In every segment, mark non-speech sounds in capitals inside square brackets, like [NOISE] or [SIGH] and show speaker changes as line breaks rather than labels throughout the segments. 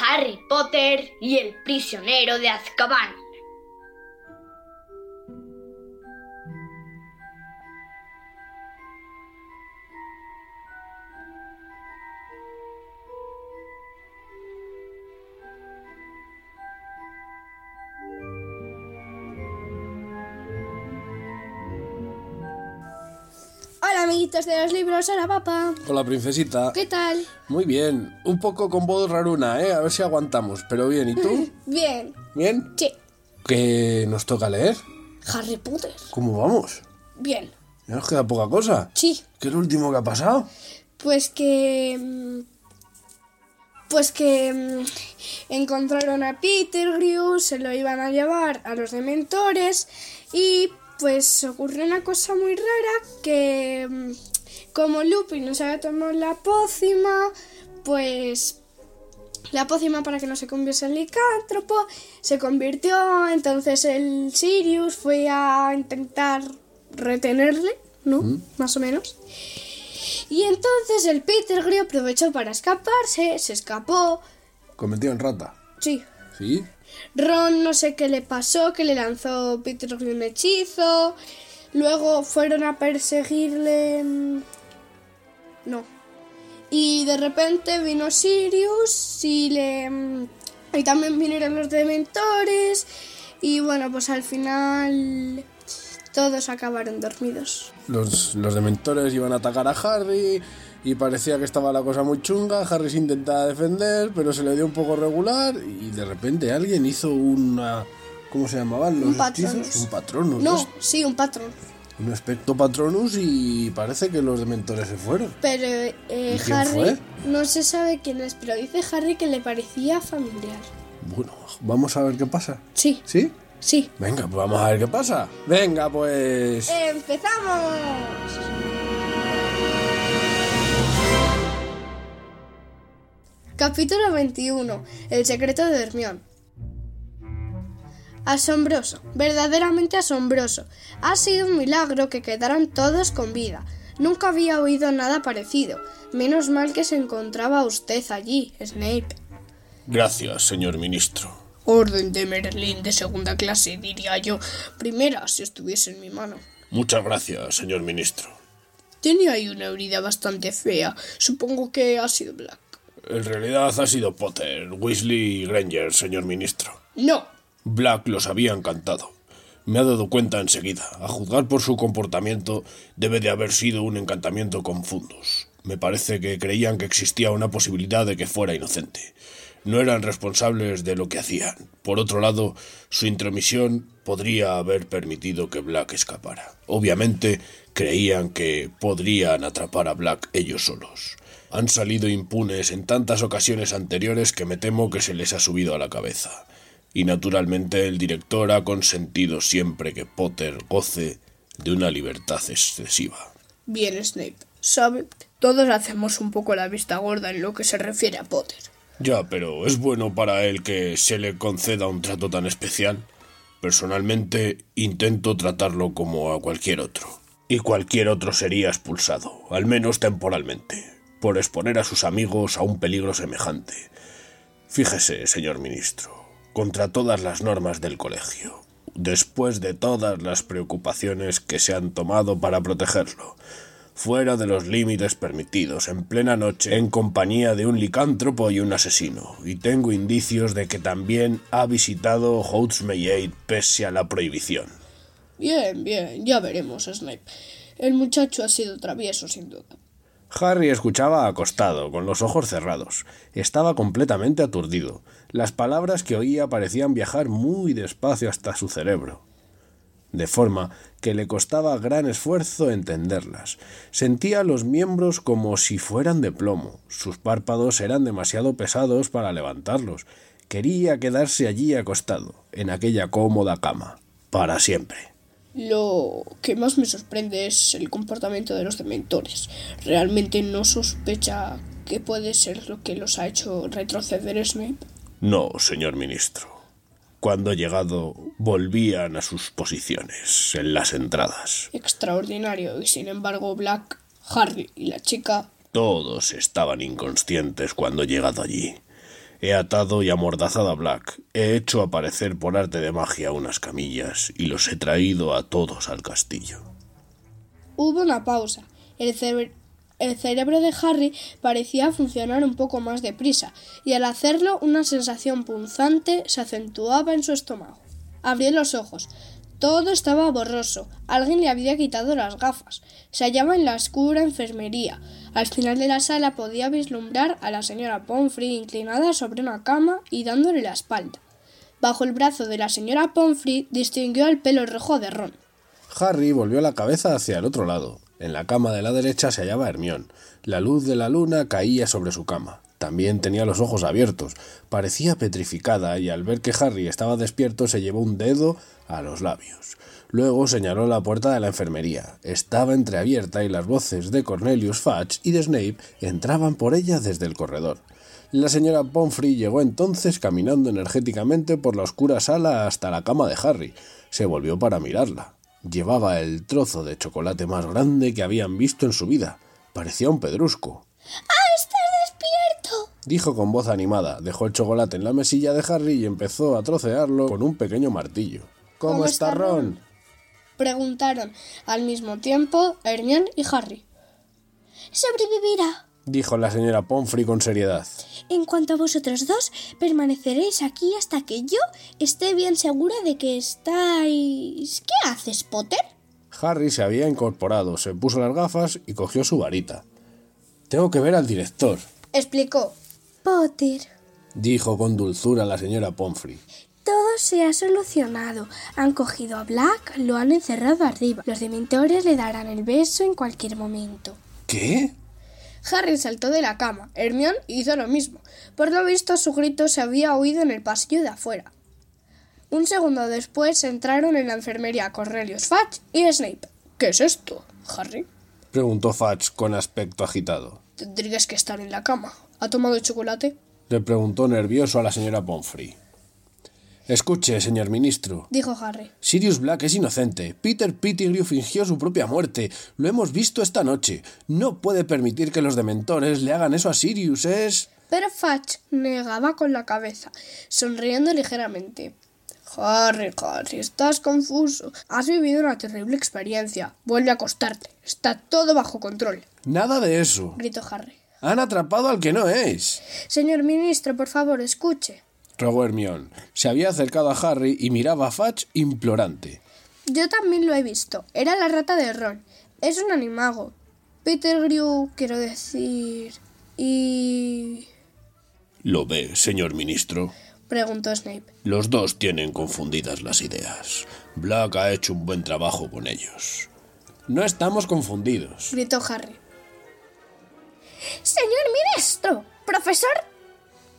Harry Potter y el prisionero de Azkaban.
Hola amiguitos de los libros, hola papá.
Hola, princesita.
¿Qué tal?
Muy bien. Un poco con voz raruna, ¿eh? A ver si aguantamos. Pero bien,
[LAUGHS]
¿y tú?
Bien.
¿Bien?
Sí.
¿Qué nos toca leer?
Harry Potter.
¿Cómo vamos?
Bien.
Ya nos queda poca cosa.
Sí.
¿Qué es lo último que ha pasado?
Pues que... mm, Pues que mm, encontraron a Pettigrew, se lo iban a llevar a los dementores y pues ocurrió una cosa muy rara que mm, como Lupin no se había tomado la pócima, pues la pócima para que no se convirtiese en licántropo, se convirtió, entonces el Sirius fue a intentar retenerle, ¿no? Más o menos. Y entonces el Peter Grill aprovechó para escaparse, se escapó,
Cometido en rata.
sí.
¿Sí?
Ron no sé qué le pasó, que le lanzó Peter Grill un hechizo, luego fueron a perseguirle... mm, No. Y de repente vino Sirius y le... mm, Y también vinieron los dementores y bueno, pues al final todos acabaron dormidos.
Los, los dementores iban a atacar a Harry y parecía que estaba la cosa muy chunga. Harry se intentaba defender, pero se le dio un poco regular y de repente alguien hizo una... ¿Cómo se llamaban los
Un patronus.
hechizos? Un patronus.
No,
¿ves?
sí, un patrón.
Un aspecto patronus y parece que los dementores se fueron.
Pero eh,
¿Y quién
Harry
fue?
no se sabe quién es, pero dice Harry que le parecía familiar.
Bueno, vamos a ver qué pasa.
Sí,
¿Sí?
sí.
Venga, pues vamos a ver qué pasa. Venga, pues...
¡Empezamos! Capítulo 21. El secreto de Hermión. Asombroso, verdaderamente asombroso. Ha sido un milagro que quedaran todos con vida. Nunca había oído nada parecido. Menos mal que se encontraba usted allí, Snape.
Gracias, señor ministro.
Orden de Merlín de segunda clase, diría yo. Primera, si estuviese en mi mano.
Muchas gracias, señor ministro.
Tenía ahí una herida bastante fea. Supongo que ha sido Black.
En realidad ha sido Potter, Weasley y Granger, señor ministro.
No.
Black los había encantado. Me ha dado cuenta enseguida. A juzgar por su comportamiento, debe de haber sido un encantamiento con fundos. Me parece que creían que existía una posibilidad de que fuera inocente. No eran responsables de lo que hacían. Por otro lado, su intromisión podría haber permitido que Black escapara. Obviamente, creían que podrían atrapar a Black ellos solos. Han salido impunes en tantas ocasiones anteriores que me temo que se les ha subido a la cabeza. Y naturalmente el director ha consentido siempre que Potter goce de una libertad excesiva.
Bien, Snape. Sabe, todos hacemos un poco la vista gorda en lo que se refiere a Potter.
Ya, pero es bueno para él que se le conceda un trato tan especial. Personalmente intento tratarlo como a cualquier otro. Y cualquier otro sería expulsado, al menos temporalmente, por exponer a sus amigos a un peligro semejante. Fíjese, señor ministro, contra todas las normas del colegio, después de todas las preocupaciones que se han tomado para protegerlo, fuera de los límites permitidos, en plena noche, en compañía de un licántropo y un asesino, y tengo indicios de que también ha visitado House pese a la prohibición.
Bien, bien, ya veremos, Snape. El muchacho ha sido travieso, sin duda.
Harry escuchaba acostado, con los ojos cerrados. Estaba completamente aturdido. Las palabras que oía parecían viajar muy despacio hasta su cerebro, de forma que le costaba gran esfuerzo entenderlas. Sentía los miembros como si fueran de plomo. Sus párpados eran demasiado pesados para levantarlos. Quería quedarse allí acostado, en aquella cómoda cama, para siempre.
Lo que más me sorprende es el comportamiento de los dementores. Realmente no sospecha que puede ser lo que los ha hecho retroceder Snape.
No, señor ministro. Cuando he llegado, volvían a sus posiciones en las entradas.
Extraordinario, y sin embargo, Black, Harry y la chica
Todos estaban inconscientes cuando he llegado allí. He atado y amordazado a Black. He hecho aparecer por arte de magia unas camillas y los he traído a todos al castillo.
Hubo una pausa. El, cere- el cerebro de Harry parecía funcionar un poco más deprisa, y al hacerlo una sensación punzante se acentuaba en su estómago. Abrió los ojos. Todo estaba borroso. Alguien le había quitado las gafas. Se hallaba en la oscura enfermería. Al final de la sala podía vislumbrar a la señora Pomfrey inclinada sobre una cama y dándole la espalda. Bajo el brazo de la señora Pomfrey distinguió el pelo rojo de Ron.
Harry volvió la cabeza hacia el otro lado. En la cama de la derecha se hallaba Hermión. La luz de la luna caía sobre su cama. También tenía los ojos abiertos. Parecía petrificada y al ver que Harry estaba despierto se llevó un dedo a los labios. Luego señaló la puerta de la enfermería. Estaba entreabierta y las voces de Cornelius Fudge y de Snape entraban por ella desde el corredor. La señora Pomfrey llegó entonces caminando energéticamente por la oscura sala hasta la cama de Harry. Se volvió para mirarla. Llevaba el trozo de chocolate más grande que habían visto en su vida. Parecía un pedrusco. Dijo con voz animada, dejó el chocolate en la mesilla de Harry y empezó a trocearlo con un pequeño martillo. ¿Cómo,
¿Cómo
está
está
Ron?
preguntaron al mismo tiempo Hermione y Harry.
Sobrevivirá.
Dijo la señora Pomfrey con seriedad.
En cuanto a vosotros dos, permaneceréis aquí hasta que yo esté bien segura de que estáis. ¿Qué haces, Potter?
Harry se había incorporado, se puso las gafas y cogió su varita. Tengo que ver al director,
Explicó.
Potter,
dijo con dulzura la señora Pomfrey.
todo se ha solucionado. Han cogido a Black, lo han encerrado arriba. Los dementores le darán el beso en cualquier momento.
¿Qué?
Harry saltó de la cama. Hermione hizo lo mismo. Por lo visto, su grito se había oído en el pasillo de afuera. Un segundo después entraron en la enfermería Cornelius Fudge y Snape. ¿Qué es esto, Harry?
preguntó Fudge con aspecto agitado.
Tendrías que estar en la cama. ¿Ha tomado chocolate?
Le preguntó nervioso a la señora Pomfrey. Escuche, señor ministro,
Dijo Harry.
Sirius Black es inocente. Peter Pettigrew fingió su propia muerte. Lo hemos visto esta noche. No puede permitir que los dementores le hagan eso a Sirius. Es...
Pero Fudge negaba con la cabeza, sonriendo ligeramente. Harry, Harry, estás confuso. Has vivido una terrible experiencia. Vuelve a acostarte. Está todo bajo control,
Nada de eso.
gritó Harry.
Han atrapado al que no es.
Señor ministro, por favor, escuche.
Rogó Hermión. Se había acercado a Harry y miraba a Fudge implorante.
Yo también lo he visto. Era la rata de Ron. Es un animago. Peter Grew, quiero decir. Y.
Lo ve, señor ministro.
preguntó Snape.
Los dos tienen confundidas las ideas. Black ha hecho un buen trabajo con ellos. No estamos confundidos.
Gritó Harry.
Señor ministro, profesor,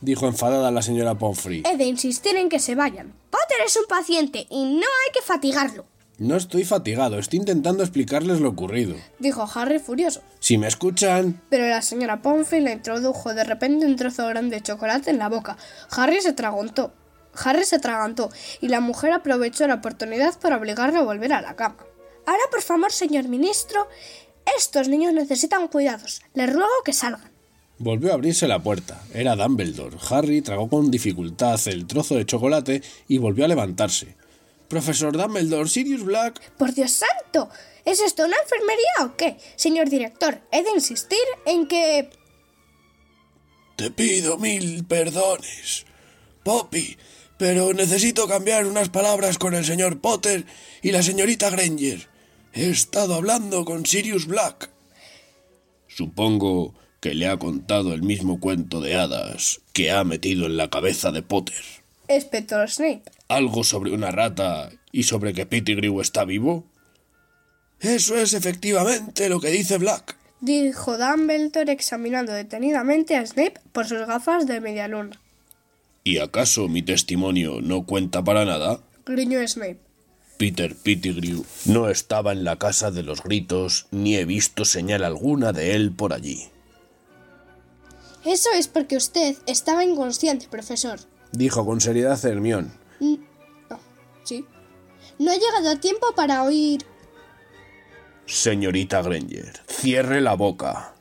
Dijo enfadada la señora Pomfrey.
he de insistir en que se vayan. Potter es un paciente y no hay que fatigarlo.
No estoy fatigado, estoy intentando explicarles lo ocurrido.
Dijo Harry furioso.
Si me escuchan...
Pero la señora Pomfrey le introdujo de repente un trozo grande de chocolate en la boca. Harry se atragantó. Harry se atragantó y la mujer aprovechó la oportunidad para obligarle a volver a la cama.
Ahora, por favor, señor ministro, estos niños necesitan cuidados. Les ruego que salgan.
Volvió a abrirse la puerta. Era Dumbledore. Harry tragó con dificultad el trozo de chocolate y volvió a levantarse. Profesor Dumbledore, Sirius Black...
Por Dios santo, ¿es esto una enfermería o qué? Señor director, he de insistir en que...
Te pido mil perdones. Poppy, pero necesito cambiar unas palabras con el señor Potter y la señorita Granger. He estado hablando con Sirius Black. Supongo que le ha contado el mismo cuento de hadas que ha metido en la cabeza de Potter.
Inspector Snape.
¿Algo sobre una rata y sobre que Pettigrew está vivo? Eso es efectivamente lo que dice Black.
Dijo Dumbledore examinando detenidamente a Snape por sus gafas de media luna.
¿Y acaso mi testimonio no cuenta para nada?
Griñó Snape.
Peter Pettigrew no estaba en la casa de los gritos, ni he visto señal alguna de él por allí,
Eso es porque usted estaba inconsciente, profesor.
dijo con seriedad Hermión.
¿Sí? No he llegado a tiempo para oír...
Señorita Granger, cierre la boca,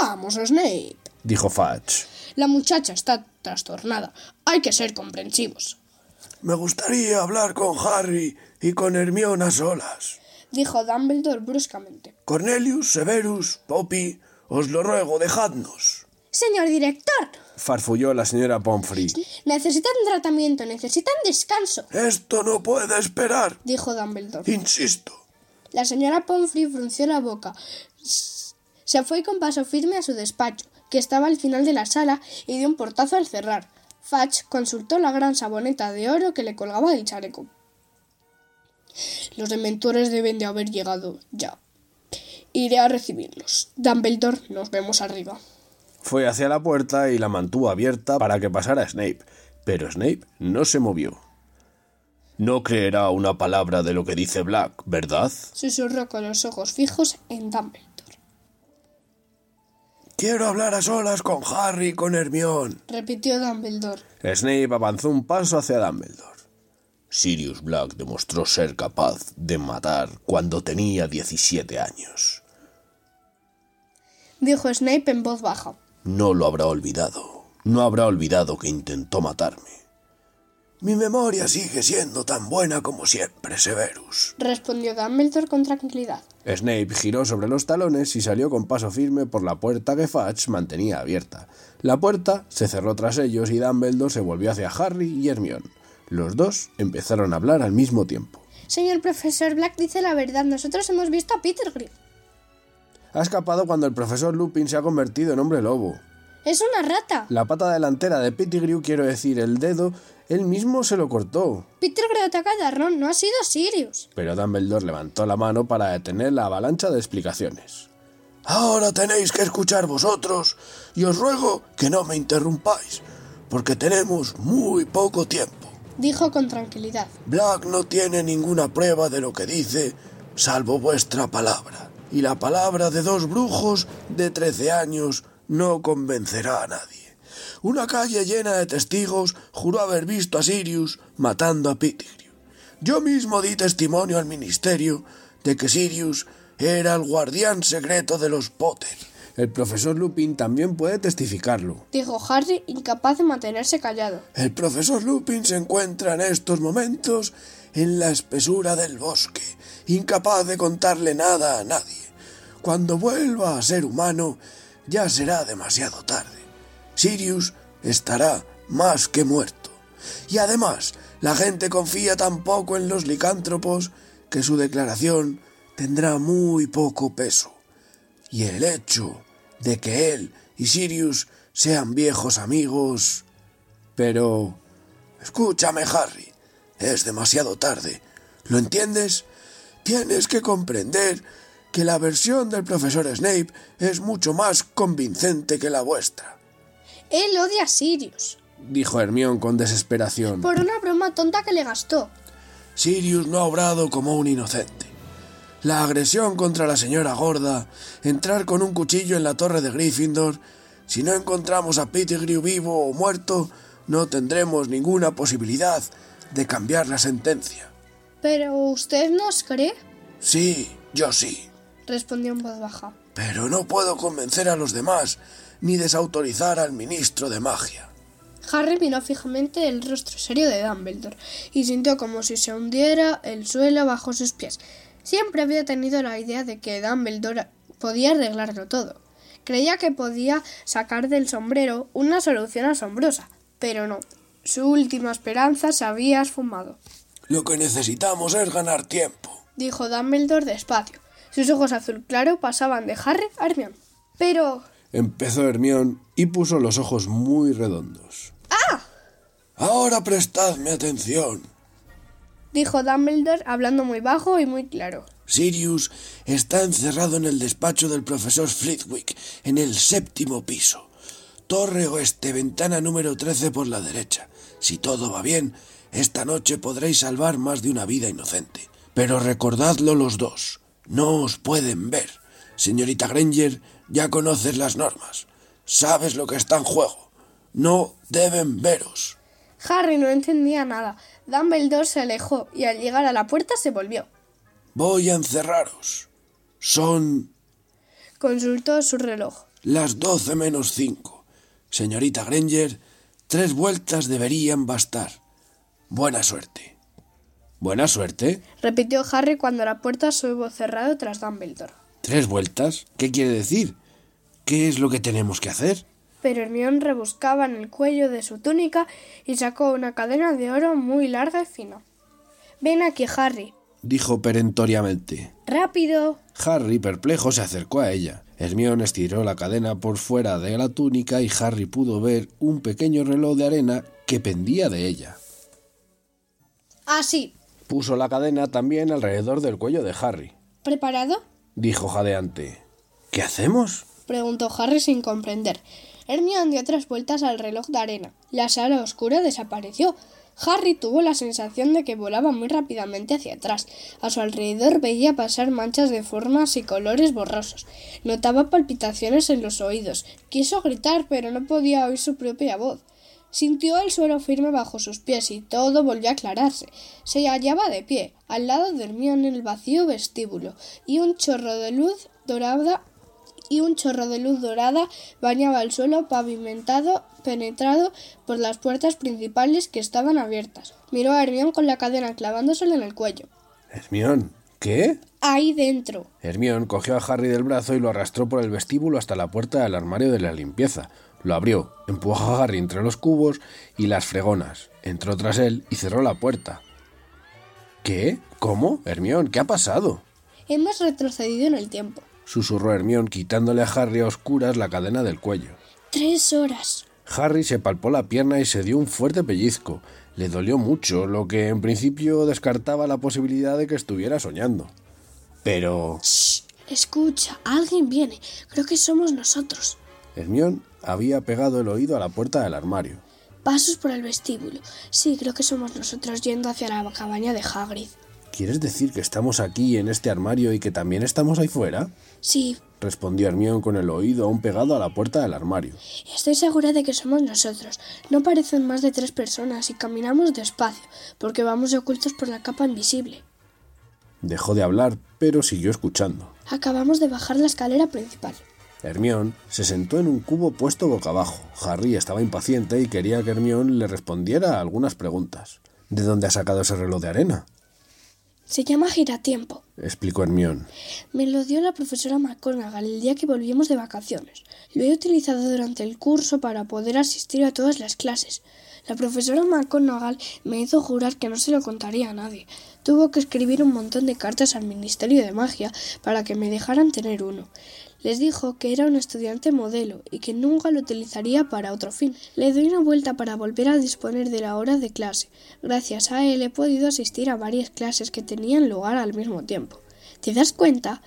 Vamos, Snape.
dijo Fudge.
La muchacha está trastornada. Hay que ser comprensivos,
Me gustaría hablar con Harry y con Hermione a solas.
dijo Dumbledore bruscamente.
Cornelius, Severus, Poppy, os lo ruego, dejadnos.
Señor director,
Farfulló la señora Pomfrey.
necesitan tratamiento, necesitan descanso.
Esto no puede esperar,
Dijo Dumbledore.
insisto.
La señora Pomfrey frunció la boca. S- Se fue con paso firme a su despacho, que estaba al final de la sala, y dio un portazo al cerrar. Fatch consultó la gran saboneta de oro que le colgaba del chaleco. Los dementores deben de haber llegado ya. Iré a recibirlos. Dumbledore, nos vemos arriba.
Fue hacia la puerta y la mantuvo abierta para que pasara Snape, pero Snape no se movió. No creerá una palabra de lo que dice Black, ¿verdad?
Susurró con los ojos fijos en Dumbledore.
Quiero hablar a solas con Harry y con Hermione.
Repitió Dumbledore.
Snape avanzó un paso hacia Dumbledore. Sirius Black demostró ser capaz de matar cuando tenía 17 años.
Dijo Snape en voz baja.
No lo habrá olvidado. No habrá olvidado que intentó matarme. Mi memoria sigue siendo tan buena como siempre, Severus.
Respondió Dumbledore con tranquilidad.
Snape giró sobre los talones y salió con paso firme por la puerta que Fudge mantenía abierta. La puerta se cerró tras ellos y Dumbledore se volvió hacia Harry y Hermione. Los dos empezaron a hablar al mismo tiempo.
Señor profesor Black dice la verdad, nosotros hemos visto a Peter Grill.
Ha escapado cuando el profesor Lupin se ha convertido en hombre lobo.
Es una rata.
La pata delantera de Pettigrew, quiero decir, el dedo, él mismo se lo cortó.
Peter Grill ataca a Ron, no ha sido Sirius.
Pero Dumbledore levantó la mano para detener la avalancha de explicaciones. Ahora tenéis que escuchar vosotros y os ruego que no me interrumpáis, porque tenemos muy poco tiempo.
Dijo con tranquilidad.
Black no tiene ninguna prueba de lo que dice, salvo vuestra palabra. Y la palabra de dos brujos de 13 años no convencerá a nadie. Una calle llena de testigos juró haber visto a Sirius matando a Pettigrew. Yo mismo di testimonio al ministerio de que Sirius era el guardián secreto de los Potter. El profesor Lupin también puede testificarlo.
dijo Harry, incapaz de mantenerse callado.
El profesor Lupin se encuentra en estos momentos en la espesura del bosque, incapaz de contarle nada a nadie. Cuando vuelva a ser humano, ya será demasiado tarde. Sirius estará más que muerto. Y además, la gente confía tan poco en los licántropos que su declaración tendrá muy poco peso. Y el hecho de que él y Sirius sean viejos amigos... Pero... Escúchame, Harry. Es demasiado tarde. ¿Lo entiendes? Tienes que comprender que la versión del profesor Snape es mucho más convincente que la vuestra.
Él odia a Sirius,
Dijo Hermión con desesperación.
por una broma tonta que le gastó.
Sirius no ha obrado como un inocente. La agresión contra la señora gorda, entrar con un cuchillo en la torre de Gryffindor, si no encontramos a Pettigrew vivo o muerto, no tendremos ninguna posibilidad de cambiar la sentencia.
Pero usted nos cree,
Sí, yo sí,
respondió en voz baja.
pero no puedo convencer a los demás ni desautorizar al ministro de magia.
Harry miró fijamente el rostro serio de Dumbledore y sintió como si se hundiera el suelo bajo sus pies. Siempre había tenido la idea de que Dumbledore podía arreglarlo todo. Creía que podía sacar del sombrero una solución asombrosa, pero no. Su última esperanza se había esfumado.
Lo que necesitamos es ganar tiempo.
dijo Dumbledore despacio. Sus ojos azul claro pasaban de Harry a Hermione. Pero...
Empezó Hermión y puso los ojos muy redondos. ¡Ah! Ahora prestadme atención.
dijo Dumbledore hablando muy bajo y muy claro.
Sirius está encerrado en el despacho del profesor Flitwick, en el séptimo piso. Torre oeste, ventana número 13 por la derecha. Si todo va bien, esta noche podréis salvar más de una vida inocente. Pero recordadlo los dos. No os pueden ver. Señorita Granger, ya conoces las normas. Sabes lo que está en juego. No deben veros.
Harry no entendía nada. Dumbledore se alejó y al llegar a la puerta se volvió.
Voy a encerraros. Son
Consultó su reloj.
Las doce menos cinco. Señorita Granger, tres vueltas deberían bastar. Buena suerte. Buena suerte.
repitió Harry cuando la puerta se hubo cerrado tras Dumbledore.
¿Tres vueltas? ¿Qué quiere decir? ¿Qué es lo que tenemos que hacer?
Pero Hermión rebuscaba en el cuello de su túnica y sacó una cadena de oro muy larga y fina. Ven aquí, Harry.
dijo perentoriamente.
Rápido.
Harry, perplejo, se acercó a ella. Hermione estiró la cadena por fuera de la túnica y Harry pudo ver un pequeño reloj de arena que pendía de ella.
Así.
Puso la cadena también alrededor del cuello de Harry.
¿Preparado?
Dijo jadeante. ¿Qué hacemos?
preguntó Harry sin comprender. Hermione dio tres vueltas al reloj de arena. La sala oscura desapareció. Harry tuvo la sensación de que volaba muy rápidamente hacia atrás. A su alrededor veía pasar manchas de formas y colores borrosos. Notaba palpitaciones en los oídos. Quiso gritar, pero no podía oír su propia voz. Sintió el suelo firme bajo sus pies y todo volvió a aclararse. Se hallaba de pie. Al lado de Hermione en el vacío vestíbulo y un chorro de luz dorada y un chorro de luz dorada bañaba el suelo pavimentado penetrado por las puertas principales que estaban abiertas. Miró a Hermión con la cadena clavándosela en el cuello.
Hermión. ¿Qué?
Ahí dentro.
Hermión cogió a Harry del brazo y lo arrastró por el vestíbulo hasta la puerta del armario de la limpieza. Lo abrió, empujó a Harry entre los cubos y las fregonas. Entró tras él y cerró la puerta. ¿Qué? ¿Cómo? Hermión, ¿qué ha pasado?
Hemos retrocedido en el tiempo.
susurró Hermión quitándole a Harry a oscuras la cadena del cuello.
Tres horas.
Harry se palpó la pierna y se dio un fuerte pellizco. Le dolió mucho, lo que en principio descartaba la posibilidad de que estuviera soñando. Pero...
Shh, escucha, alguien viene. Creo que somos nosotros.
Hermión había pegado el oído a la puerta del armario.
Pasos por el vestíbulo. Sí, creo que somos nosotros yendo hacia la cabaña de Hagrid.
¿Quieres decir que estamos aquí en este armario y que también estamos ahí fuera?
Sí,
respondió Hermión con el oído aún pegado a la puerta del armario.
estoy segura de que somos nosotros. No parecen más de tres personas y caminamos despacio, porque vamos ocultos por la capa invisible.
Dejó de hablar, pero siguió escuchando.
Acabamos de bajar la escalera principal.
Hermión se sentó en un cubo puesto boca abajo. Harry estaba impaciente y quería que Hermión le respondiera a algunas preguntas. ¿De dónde ha sacado ese reloj de arena?
Se llama giratiempo.
explicó Hermión.
Me lo dio la profesora McConaughey el día que volvimos de vacaciones. Lo he utilizado durante el curso para poder asistir a todas las clases. La profesora McConaughey me hizo jurar que no se lo contaría a nadie. Tuvo que escribir un montón de cartas al Ministerio de Magia para que me dejaran tener uno. Les dijo que era un estudiante modelo y que nunca lo utilizaría para otro fin. Le doy una vuelta para volver a disponer de la hora de clase. Gracias a él he podido asistir a varias clases que tenían lugar al mismo tiempo. ¿Te das cuenta?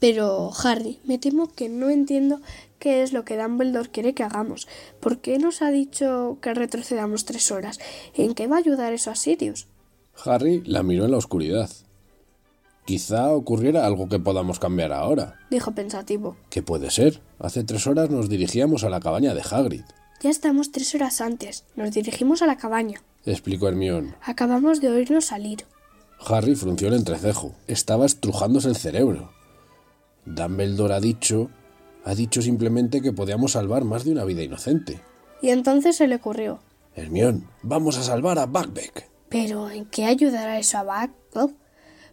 Pero, Harry, me temo que no entiendo qué es lo que Dumbledore quiere que hagamos. ¿Por qué nos ha dicho que retrocedamos tres horas? ¿En qué va a ayudar eso a Sirius?
Harry la miró en la oscuridad. Quizá ocurriera algo que podamos cambiar ahora.
Dijo pensativo.
¿Qué puede ser? Hace tres horas nos dirigíamos a la cabaña de Hagrid,
Ya estamos tres horas antes. Nos dirigimos a la cabaña.
explicó Hermión.
Acabamos de oírnos salir.
Harry frunció el entrecejo. Estaba estrujándose el cerebro. Dumbledore ha dicho... ha dicho simplemente que podíamos salvar más de una vida inocente.
Y entonces se le ocurrió.
Hermión, vamos a salvar a Buckbeak.
¿Pero en qué ayudará eso a Bagdad?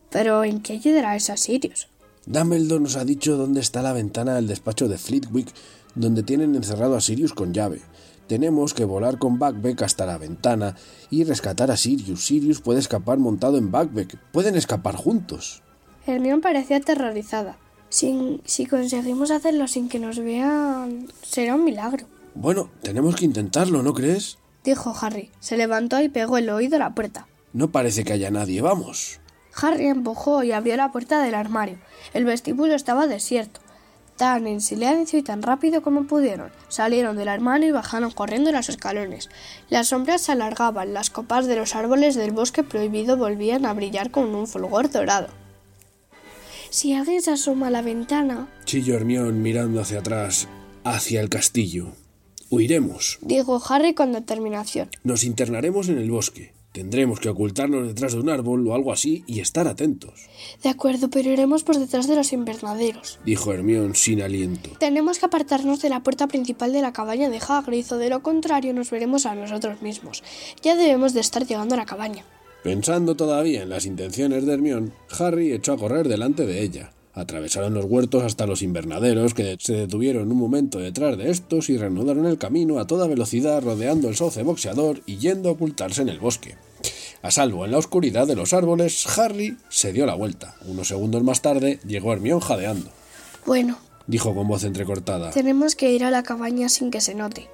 ¿Pero en qué ayudará eso a Sirius?
Dumbledore nos ha dicho dónde está la ventana del despacho de Flitwick, donde tienen encerrado a Sirius con llave. Tenemos que volar con Buckbeak hasta la ventana y rescatar a Sirius. Sirius puede escapar montado en Buckbeak. Pueden escapar juntos.
Hermión parecía aterrorizada.
Sin- si conseguimos hacerlo sin que nos vean, será un milagro.
Bueno, tenemos que intentarlo, ¿no crees?
Dijo Harry. Se levantó y pegó el oído a la puerta.
No parece que haya nadie, vamos.
Harry empujó y abrió la puerta del armario. El vestíbulo estaba desierto. Tan en silencio y tan rápido como pudieron, salieron del armario y bajaron corriendo los escalones. Las sombras se alargaban, las copas de los árboles del bosque prohibido volvían a brillar con un fulgor dorado.
Si alguien se asoma a la ventana,
Chillo Hermión mirando hacia atrás, hacia el castillo. Huiremos.
Dijo Harry con determinación.
Nos internaremos en el bosque. Tendremos que ocultarnos detrás de un árbol o algo así y estar atentos,
De acuerdo, pero iremos por detrás de los invernaderos.
dijo Hermión sin aliento.
Tenemos que apartarnos de la puerta principal de la cabaña de Hagrid o de lo contrario nos veremos a nosotros mismos. Ya debemos de estar llegando a la cabaña.
Pensando todavía en las intenciones de Hermión, Harry echó a correr delante de ella. Atravesaron los huertos hasta los invernaderos, que se detuvieron un momento detrás de estos y reanudaron el camino a toda velocidad rodeando el sauce boxeador y yendo a ocultarse en el bosque. A salvo en la oscuridad de los árboles, Harry se dio la vuelta. Unos segundos más tarde llegó Hermión jadeando.
Bueno,
Dijo con voz entrecortada.
tenemos que ir a la cabaña sin que se note.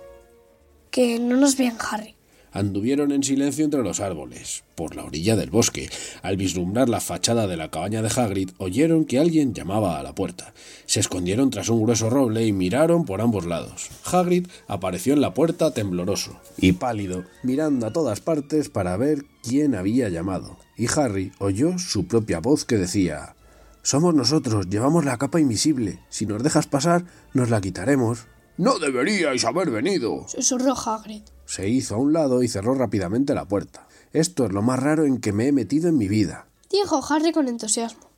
Que no nos vean Harry.
Anduvieron en silencio entre los árboles, por la orilla del bosque. Al vislumbrar la fachada de la cabaña de Hagrid, oyeron que alguien llamaba a la puerta. Se escondieron tras un grueso roble y miraron por ambos lados. Hagrid apareció en la puerta tembloroso y pálido, mirando a todas partes para ver quién había llamado. Y Harry oyó su propia voz que decía Somos nosotros, llevamos la capa invisible. Si nos dejas pasar, nos la quitaremos. No deberíais haber venido,
Susurró Hagrid.
se hizo a un lado y cerró rápidamente la puerta. Esto es lo más raro en que me he metido en mi vida,
Dijo Harry con entusiasmo.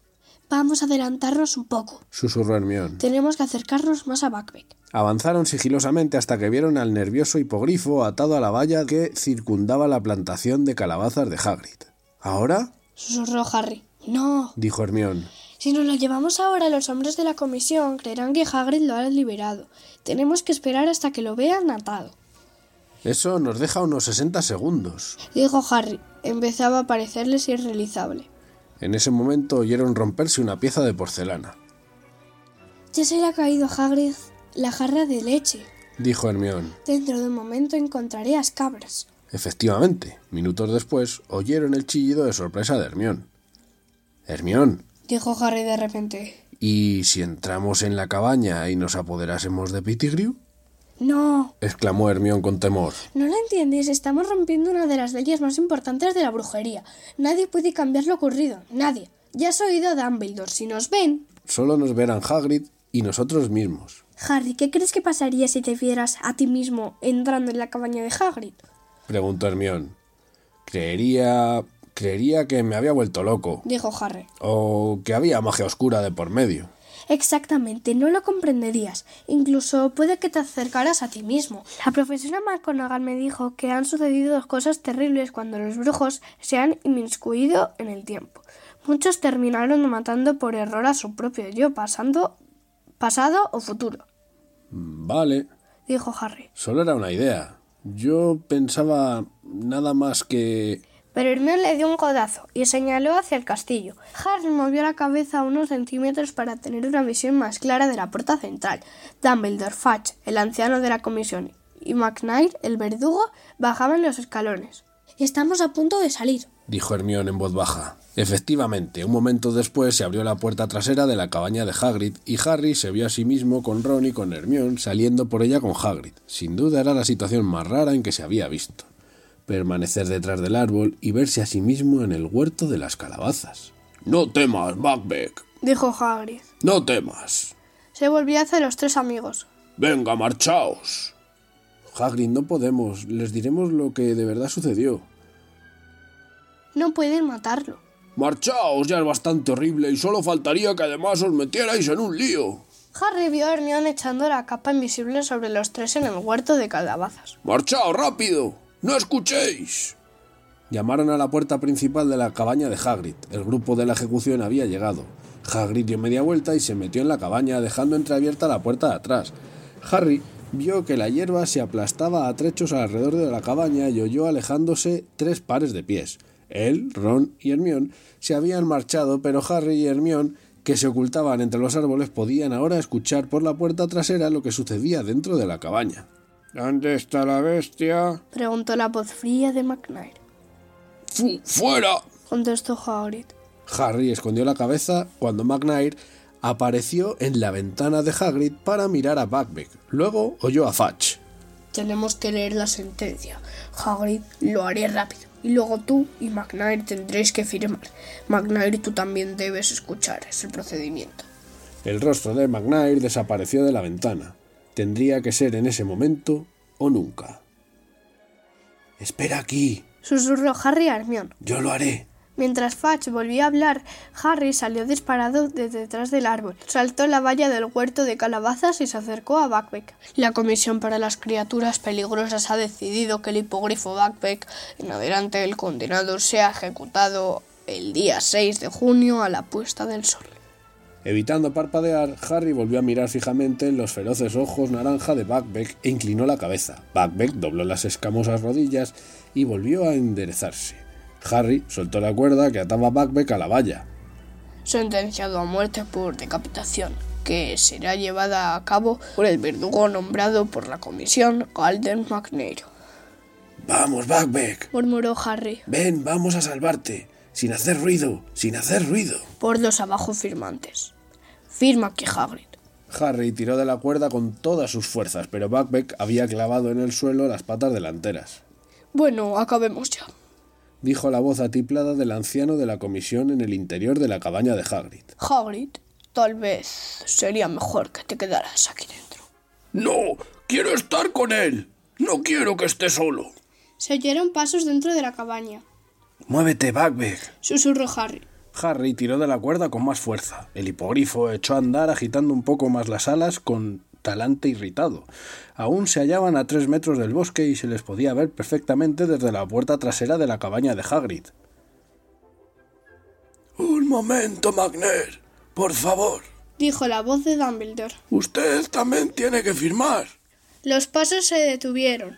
Vamos a adelantarnos un poco.
susurró Hermión.
Tenemos que acercarnos más a Buckbeak.
Avanzaron sigilosamente hasta que vieron al nervioso hipogrifo atado a la valla que circundaba la plantación de calabazas de Hagrid. ¿Ahora?
Susurró Harry. No.
dijo Hermión.
Si nos lo llevamos ahora, los hombres de la comisión creerán que Hagrid lo ha liberado. Tenemos que esperar hasta que lo vean atado.
Eso nos deja unos 60 segundos.
Dijo Harry. Empezaba a parecerles irrealizable.
En ese momento oyeron romperse una pieza de porcelana,
Ya se le ha caído a Hagrid la jarra de leche.
dijo Hermión.
Dentro de un momento encontraré a cabras.
Efectivamente, minutos después oyeron el chillido de sorpresa de Hermión. Hermión,
Dijo Harry de repente.
¿Y si entramos en la cabaña y nos apoderásemos de Pettigrew?
No.
exclamó Hermión con temor.
¿No lo entiendes? Estamos rompiendo una de las leyes más importantes de la brujería. Nadie puede cambiar lo ocurrido. Nadie. Ya has oído a Dumbledore. Si nos ven...
Solo nos verán Hagrid y nosotros mismos.
Harry, ¿qué crees que pasaría si te vieras a ti mismo entrando en la cabaña de Hagrid?
preguntó Hermión. Creería. creería que me había vuelto loco.
Dijo Harry.
O que había magia oscura de por medio.
Exactamente, no lo comprenderías. Incluso puede que te acercaras a ti mismo. La profesora McGonagall me dijo que han sucedido dos cosas terribles cuando los brujos se han inmiscuido en el tiempo. Muchos terminaron matando por error a su propio yo, pasando pasado o futuro,
Vale,
dijo Harry.
solo era una idea. Yo pensaba nada más que.
Pero Hermione le dio un codazo y señaló hacia el castillo. Harry movió la cabeza unos centímetros para tener una visión más clara de la puerta central. Dumbledore, Fudge, el anciano de la comisión, y McKnight, el verdugo, bajaban los escalones. Estamos a punto de salir,
dijo Hermión en voz baja. Efectivamente, un momento después se abrió la puerta trasera de la cabaña de Hagrid y Harry se vio a sí mismo con Ron y con Hermión saliendo por ella con Hagrid. Sin duda era la situación más rara en que se había visto. Permanecer detrás del árbol y verse a sí mismo en el huerto de las calabazas. No temas, Buckbeak.
dijo Hagrid.
No temas.
Se volvió hacia los tres amigos.
Venga, marchaos. Hagrid, no podemos. Les diremos lo que de verdad sucedió.
No pueden matarlo.
Marchaos, ya es bastante horrible y solo faltaría que además os metierais en un lío.
Harry vio a Hermione echando la capa invisible sobre los tres en el huerto de calabazas.
Marchaos rápido. No escuchéis. Llamaron a la puerta principal de la cabaña de Hagrid. El grupo de la ejecución había llegado. Hagrid dio media vuelta y se metió en la cabaña, dejando entreabierta la puerta de atrás. Harry vio que la hierba se aplastaba a trechos alrededor de la cabaña y oyó alejándose tres pares de pies. Él, Ron y Hermión se habían marchado, pero Harry y Hermión, que se ocultaban entre los árboles, podían ahora escuchar por la puerta trasera lo que sucedía dentro de la cabaña. ¿Dónde está la bestia?
Preguntó la voz fría de McKnight.
¡Fuera!
Contestó Hagrid.
Harry escondió la cabeza cuando McNair apareció en la ventana de Hagrid para mirar a Buckbeak. Luego oyó a Fudge.
Tenemos que leer la sentencia. Hagrid, lo haré rápido. Y luego tú y McNair tendréis que firmar. McNair, tú también debes escuchar. Es el procedimiento.
El rostro de McNair desapareció de la ventana. Tendría que ser en ese momento o nunca. Espera aquí,
susurró Harry a Hermión.
Yo lo haré.
Mientras Fudge volvía a hablar, Harry salió disparado de detrás del árbol, saltó la valla del huerto de calabazas y se acercó a Buckbeak. La Comisión para las Criaturas Peligrosas ha decidido que el hipogrifo Buckbeak, en adelante el condenado, sea ejecutado el día 6 de junio a la puesta del sol.
Evitando parpadear, Harry volvió a mirar fijamente los feroces ojos naranja de Buckbeak e inclinó la cabeza. Buckbeak dobló las escamosas rodillas y volvió a enderezarse. Harry soltó la cuerda que ataba a Buckbeak a la valla.
Sentenciado a muerte por decapitación, que será llevada a cabo por el verdugo nombrado por la comisión, Alden McNair.
¡Vamos, Buckbeak!
Murmuró Harry,
¡Ven, vamos a salvarte! ¡Sin hacer ruido! ¡Sin hacer ruido!
por los abajo firmantes. Firma aquí, Hagrid.
Harry tiró de la cuerda con todas sus fuerzas, pero Buckbeak había clavado en el suelo las patas delanteras.
Bueno, acabemos ya.
Dijo la voz atiplada del anciano de la comisión en el interior de la cabaña de Hagrid.
Hagrid, tal vez sería mejor que te quedaras aquí dentro.
¡No! ¡Quiero estar con él! ¡No quiero que esté solo!
Se oyeron pasos dentro de la cabaña.
¡Muévete, Buckbeak!
Susurró Harry.
Harry tiró de la cuerda con más fuerza. El hipogrifo echó a andar agitando un poco más las alas con talante irritado. Aún se hallaban a tres metros del bosque y se les podía ver perfectamente desde la puerta trasera de la cabaña de Hagrid. Un momento, Magner. Por favor.
Dijo la voz de Dumbledore.
Usted también tiene que firmar.
Los pasos se detuvieron.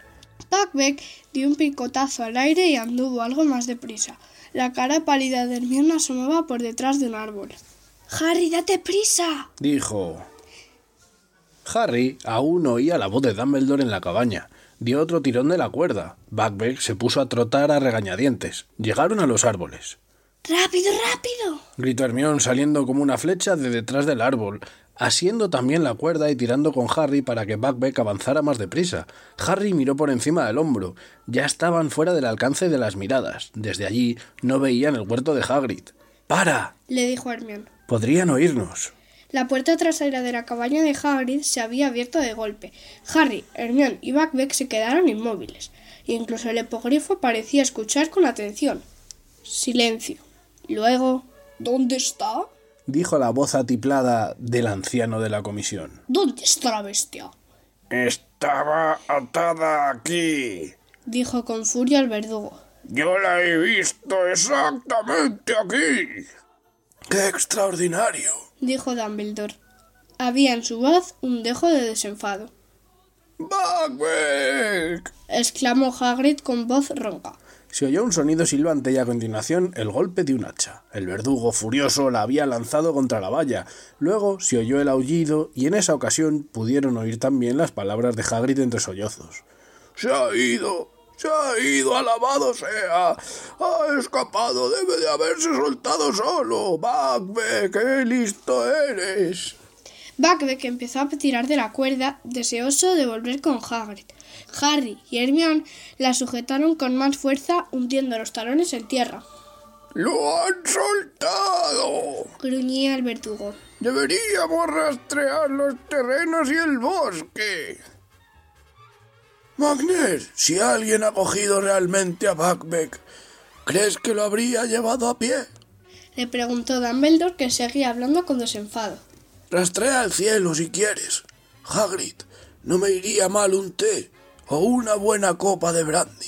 Buckbeak dio un picotazo al aire y anduvo algo más deprisa. La cara pálida de Hermione asomaba por detrás de un árbol. ¡Harry, date prisa!
dijo. Harry aún oía la voz de Dumbledore en la cabaña. Dio otro tirón de la cuerda. Buckbeak se puso a trotar a regañadientes. Llegaron a los árboles.
¡Rápido, rápido!
Gritó Hermión saliendo como una flecha de detrás del árbol, asiendo también la cuerda y tirando con Harry para que Buckbeak avanzara más deprisa. Harry miró por encima del hombro. Ya estaban fuera del alcance de las miradas. Desde allí no veían el huerto de Hagrid. ¡Para!
Le dijo Hermione.
Podrían oírnos.
La puerta trasera de la cabaña de Hagrid se había abierto de golpe. Harry, Hermione y Buckbeak se quedaron inmóviles. e Incluso el hipogrifo parecía escuchar con atención. Silencio. Luego, ¿dónde está?
dijo la voz atiplada del anciano de la comisión.
¿Dónde está la bestia?
Estaba atada aquí.
dijo con furia el verdugo.
Yo la he visto exactamente aquí. ¡Qué extraordinario!
dijo Dumbledore. Había en su voz un dejo de desenfado.
¡Buckbeak!
exclamó Hagrid con voz ronca.
Se oyó un sonido silbante y a continuación el golpe de un hacha. El verdugo furioso la había lanzado contra la valla. Luego se oyó el aullido y en esa ocasión pudieron oír también las palabras de Hagrid entre sollozos. ¡Se ha ido! ¡Se ha ido! ¡Alabado sea! ¡Ha escapado! ¡Debe de haberse soltado solo! ¡Buckbeak! ¡Qué listo eres!
Buckbeak empezó a tirar de la cuerda, deseoso de volver con Hagrid. Harry y Hermione la sujetaron con más fuerza, hundiendo los talones en tierra.
¡Lo han soltado!
Gruñía el verdugo.
Deberíamos rastrear los terrenos y el bosque. Magner, si alguien ha cogido realmente a Buckbeak, ¿crees que lo habría llevado a pie?
Le preguntó Dumbledore, que seguía hablando con desenfado.
Rastrea el cielo si quieres. Hagrid, no me iría mal un té o una buena copa de brandy.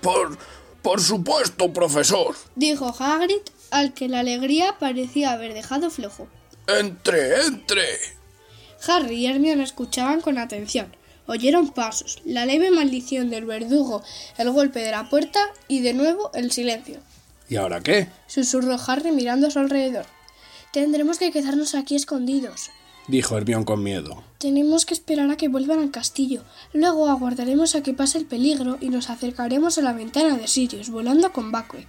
Por, por supuesto, profesor.
Dijo Hagrid, al que la alegría parecía haber dejado flojo.
Entre, entre.
Harry y Hermione escuchaban con atención. Oyeron pasos, la leve maldición del verdugo, el golpe de la puerta y de nuevo el silencio.
¿Y ahora qué?
Susurró Harry mirando a su alrededor. Tendremos que quedarnos aquí escondidos.
dijo Hermión con miedo.
Tenemos que esperar a que vuelvan al castillo. Luego aguardaremos a que pase el peligro y nos acercaremos a la ventana de Sirius, volando con Buckbeak.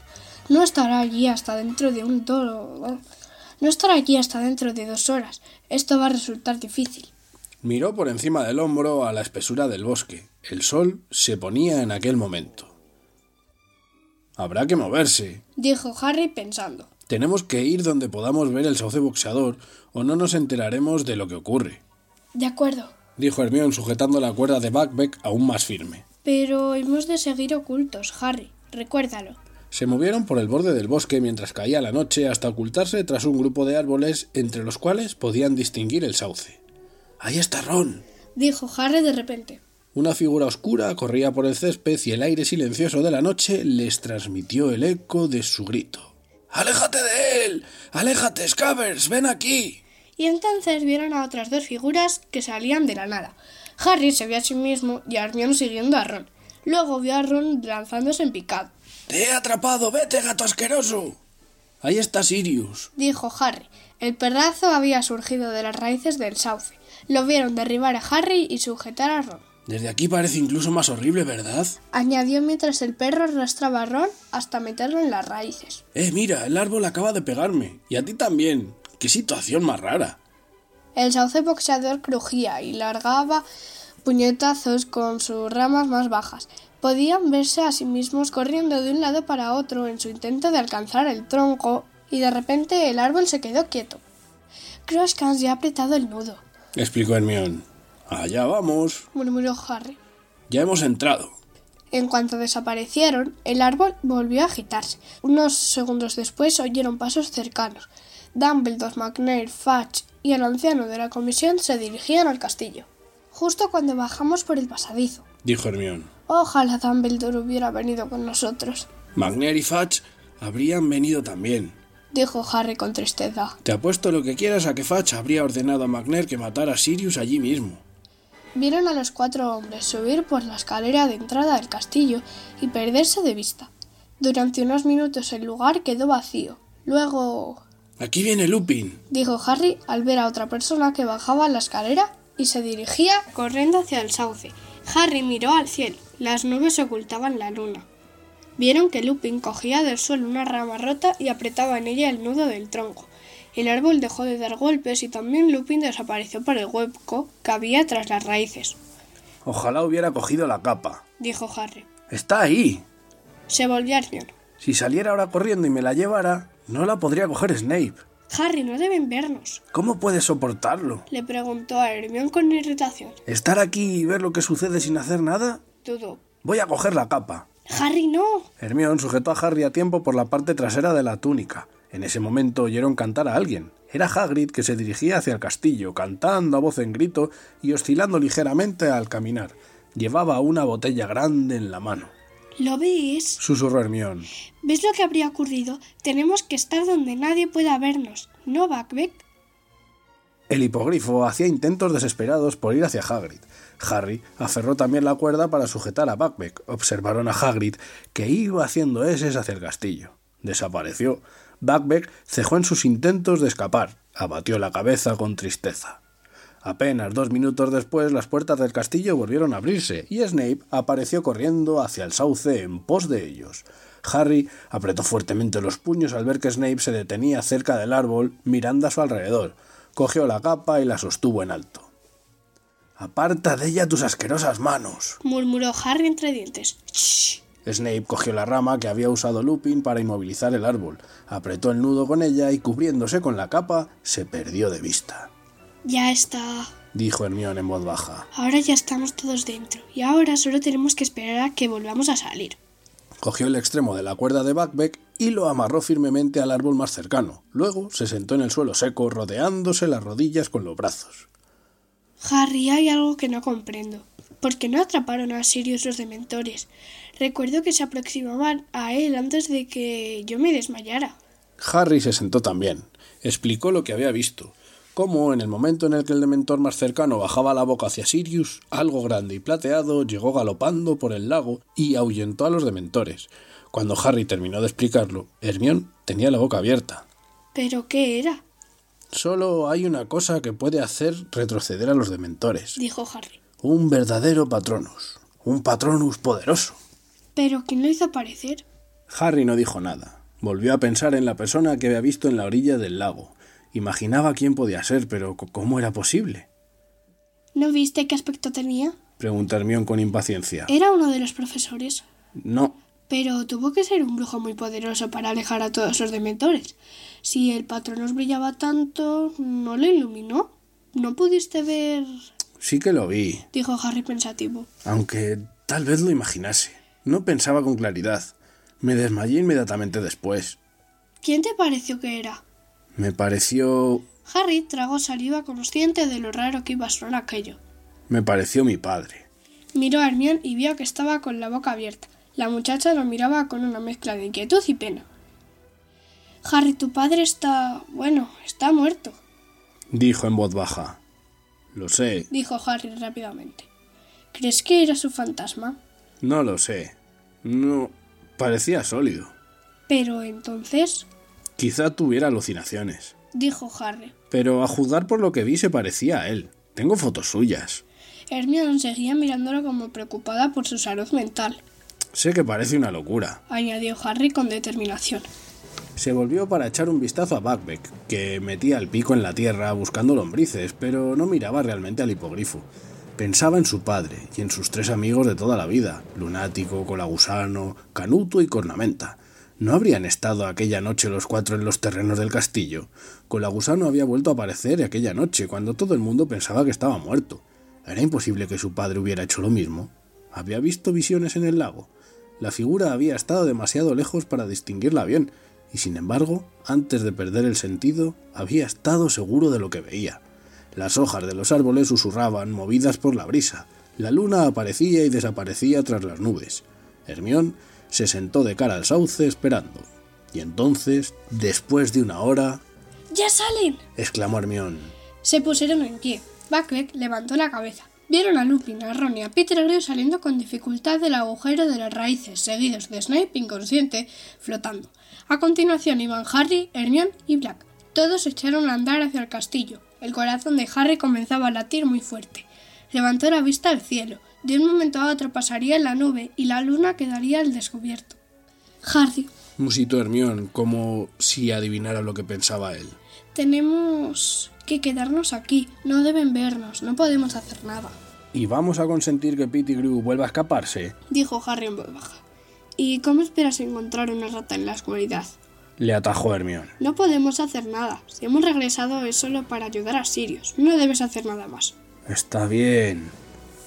No estará allí hasta dentro de un toro. No estará allí hasta dentro de dos horas. Esto va a resultar difícil.
Miró por encima del hombro a la espesura del bosque. El sol se ponía en aquel momento. Habrá que moverse.
Dijo Harry pensando.
Tenemos que ir donde podamos ver el sauce boxeador o no nos enteraremos de lo que ocurre,
De acuerdo,
dijo Hermión sujetando la cuerda de Buckbeak aún más firme.
pero hemos de seguir ocultos, Harry. Recuérdalo.
Se movieron por el borde del bosque mientras caía la noche hasta ocultarse tras un grupo de árboles entre los cuales podían distinguir el sauce. Ahí está Ron.
Dijo Harry de repente.
Una figura oscura corría por el césped y el aire silencioso de la noche les transmitió el eco de su grito. ¡Aléjate de él! ¡Aléjate, Scabbers! ¡Ven aquí!
Y entonces vieron a otras dos figuras que salían de la nada. Harry se vio a sí mismo y a Hermione siguiendo a Ron. Luego vio a Ron lanzándose en picado.
¡Te he atrapado! ¡Vete, gato asqueroso! Ahí está Sirius.
Dijo Harry. El perrazo había surgido de las raíces del sauce. Lo vieron derribar a Harry y sujetar a Ron.
Desde aquí parece incluso más horrible, ¿verdad?
Añadió mientras el perro arrastraba a Ron hasta meterlo en las raíces.
Eh, mira, el árbol acaba de pegarme. Y a ti también. ¡Qué situación más rara!
El sauce boxeador crujía y largaba puñetazos con sus ramas más bajas. Podían verse a sí mismos corriendo de un lado para otro en su intento de alcanzar el tronco y de repente el árbol se quedó quieto. Crosscans ya ha apretado el nudo,
Explicó Hermión. Allá vamos.
murmuró Harry.
Ya hemos entrado.
En cuanto desaparecieron, el árbol volvió a agitarse. Unos segundos después oyeron pasos cercanos. Dumbledore, McNair, Fudge y el anciano de la comisión se dirigían al castillo. Justo cuando bajamos por el pasadizo.
Dijo Hermión.
Ojalá Dumbledore hubiera venido con nosotros,
Magner y Fudge habrían venido también.
dijo Harry con tristeza.
Te apuesto lo que quieras a que Fudge habría ordenado a Magner que matara a Sirius allí mismo.
Vieron a los cuatro hombres subir por la escalera de entrada del castillo y perderse de vista. Durante unos minutos el lugar quedó vacío. Luego...
Aquí viene Lupin.
dijo Harry al ver a otra persona que bajaba la escalera y se dirigía corriendo hacia el sauce. Harry miró al cielo. Las nubes ocultaban la luna. Vieron que Lupin cogía del suelo una rama rota y apretaba en ella el nudo del tronco. El árbol dejó de dar golpes y también Lupin desapareció por el hueco que había tras las raíces,
Ojalá hubiera cogido la capa.
dijo Harry.
Está ahí.
Se volvió a Hermione.
Si saliera ahora corriendo y me la llevara, no la podría coger Snape.
Harry, no deben vernos,
¿Cómo puede soportarlo?
le preguntó a Hermione con irritación.
¿Estar aquí y ver lo que sucede sin hacer nada?
Dudó.
Voy a coger la capa.
Harry, no,
Hermión sujetó a Harry a tiempo por la parte trasera de la túnica. En ese momento oyeron cantar a alguien. Era Hagrid que se dirigía hacia el castillo, cantando a voz en grito y oscilando ligeramente al caminar. Llevaba una botella grande en la mano.
¿Lo ves?
Susurró Hermión.
¿Ves lo que habría ocurrido? Tenemos que estar donde nadie pueda vernos. ¿No, Buckbeak?
El hipogrifo hacía intentos desesperados por ir hacia Hagrid. Harry aferró también la cuerda para sujetar a Buckbeak. Observaron a Hagrid que iba haciendo eses hacia el castillo. Desapareció. Buckbeak cejó en sus intentos de escapar. Abatió la cabeza con tristeza. Apenas dos minutos después las puertas del castillo volvieron a abrirse y Snape apareció corriendo hacia el sauce en pos de ellos. Harry apretó fuertemente los puños al ver que Snape se detenía cerca del árbol mirando a su alrededor. Cogió la capa y la sostuvo en alto. Aparta de ella tus asquerosas manos.
murmuró Harry entre dientes. ¡Shh!
Snape cogió la rama que había usado Lupin para inmovilizar el árbol, apretó el nudo con ella y cubriéndose con la capa se perdió de vista.
Ya está.
Dijo Hermione en voz baja.
Ahora ya estamos todos dentro. Y ahora solo tenemos que esperar a que volvamos a salir.
Cogió el extremo de la cuerda de Buckbeak y lo amarró firmemente al árbol más cercano. Luego se sentó en el suelo seco, rodeándose las rodillas con los brazos.
Harry, hay algo que no comprendo. ¿Por qué no atraparon a Sirius los dementores? Recuerdo que se aproximaban a él antes de que yo me desmayara.
Harry se sentó también. Explicó lo que había visto. Cómo, en el momento en el que el dementor más cercano bajaba la boca hacia Sirius, algo grande y plateado llegó galopando por el lago y ahuyentó a los dementores. Cuando Harry terminó de explicarlo, Hermione tenía la boca abierta.
¿Pero qué era?
Solo hay una cosa que puede hacer retroceder a los dementores.
dijo Harry.
Un verdadero patronus. Un patronus poderoso.
¿Pero quién lo hizo aparecer?
Harry no dijo nada. Volvió a pensar en la persona que había visto en la orilla del lago. Imaginaba quién podía ser, pero c- ¿cómo era posible?
¿No viste qué aspecto tenía?
Preguntó Hermión con impaciencia.
Era uno de los profesores.
No,
Pero tuvo que ser un brujo muy poderoso para alejar a todos los dementores. Si el patrón brillaba tanto, ¿no lo iluminó? ¿No pudiste ver?
sí que lo vi,
dijo Harry pensativo.
aunque tal vez lo imaginase. No pensaba con claridad. Me desmayé inmediatamente después.
¿Quién te pareció que era?
Me pareció...
Harry tragó saliva consciente de lo raro que iba a sonar aquello.
me pareció mi padre.
Miró a Hermión y vio que estaba con la boca abierta. La muchacha lo miraba con una mezcla de inquietud y pena. Harry, tu padre está... bueno, está muerto,
Dijo en voz baja. Lo sé,
dijo Harry rápidamente. ¿Crees que era su fantasma?
no lo sé. No... parecía sólido.
Pero entonces,
Quizá tuviera alucinaciones.
dijo Harry.
Pero a juzgar por lo que vi se parecía a él. Tengo fotos suyas.
Hermión seguía mirándolo como preocupada por su salud mental,
Sé que parece una locura.
añadió Harry con determinación.
Se volvió para echar un vistazo a Buckbeak, que metía el pico en la tierra buscando lombrices, pero no miraba realmente al hipogrifo. Pensaba en su padre y en sus tres amigos de toda la vida, Lunático, Colagusano, Canuto y Cornamenta. ¿No habrían estado aquella noche los cuatro en los terrenos del castillo? Colagusano había vuelto a aparecer aquella noche, cuando todo el mundo pensaba que estaba muerto. Era imposible que su padre hubiera hecho lo mismo. Había visto visiones en el lago. La figura había estado demasiado lejos para distinguirla bien, y sin embargo, antes de perder el sentido, había estado seguro de lo que veía. Las hojas de los árboles susurraban, movidas por la brisa. La luna aparecía y desaparecía tras las nubes. Hermión se sentó de cara al sauce esperando. Y entonces, después de una hora,
¡Ya salen!
exclamó Hermión.
Se pusieron en pie. Buckbeak levantó la cabeza. Vieron a Lupin, a Ron y a Peter Grill saliendo con dificultad del agujero de las raíces, seguidos de Snape inconsciente, flotando. A continuación iban Harry, Hermione y Black. Todos se echaron a andar hacia el castillo. El corazón de Harry comenzaba a latir muy fuerte. Levantó la vista al cielo. De un momento a otro pasaría la nube y la luna quedaría al descubierto. Harry,
Musitó Hermión como si adivinara lo que pensaba él.
tenemos que quedarnos aquí. No deben vernos. No podemos hacer nada.
¿Y vamos a consentir que Pettigrew vuelva a escaparse?
dijo Harry en voz baja. ¿Y cómo esperas encontrar una rata en la oscuridad?
Le atajó Hermión.
No podemos hacer nada. Si hemos regresado es solo para ayudar a Sirius. No debes hacer nada más.
Está bien,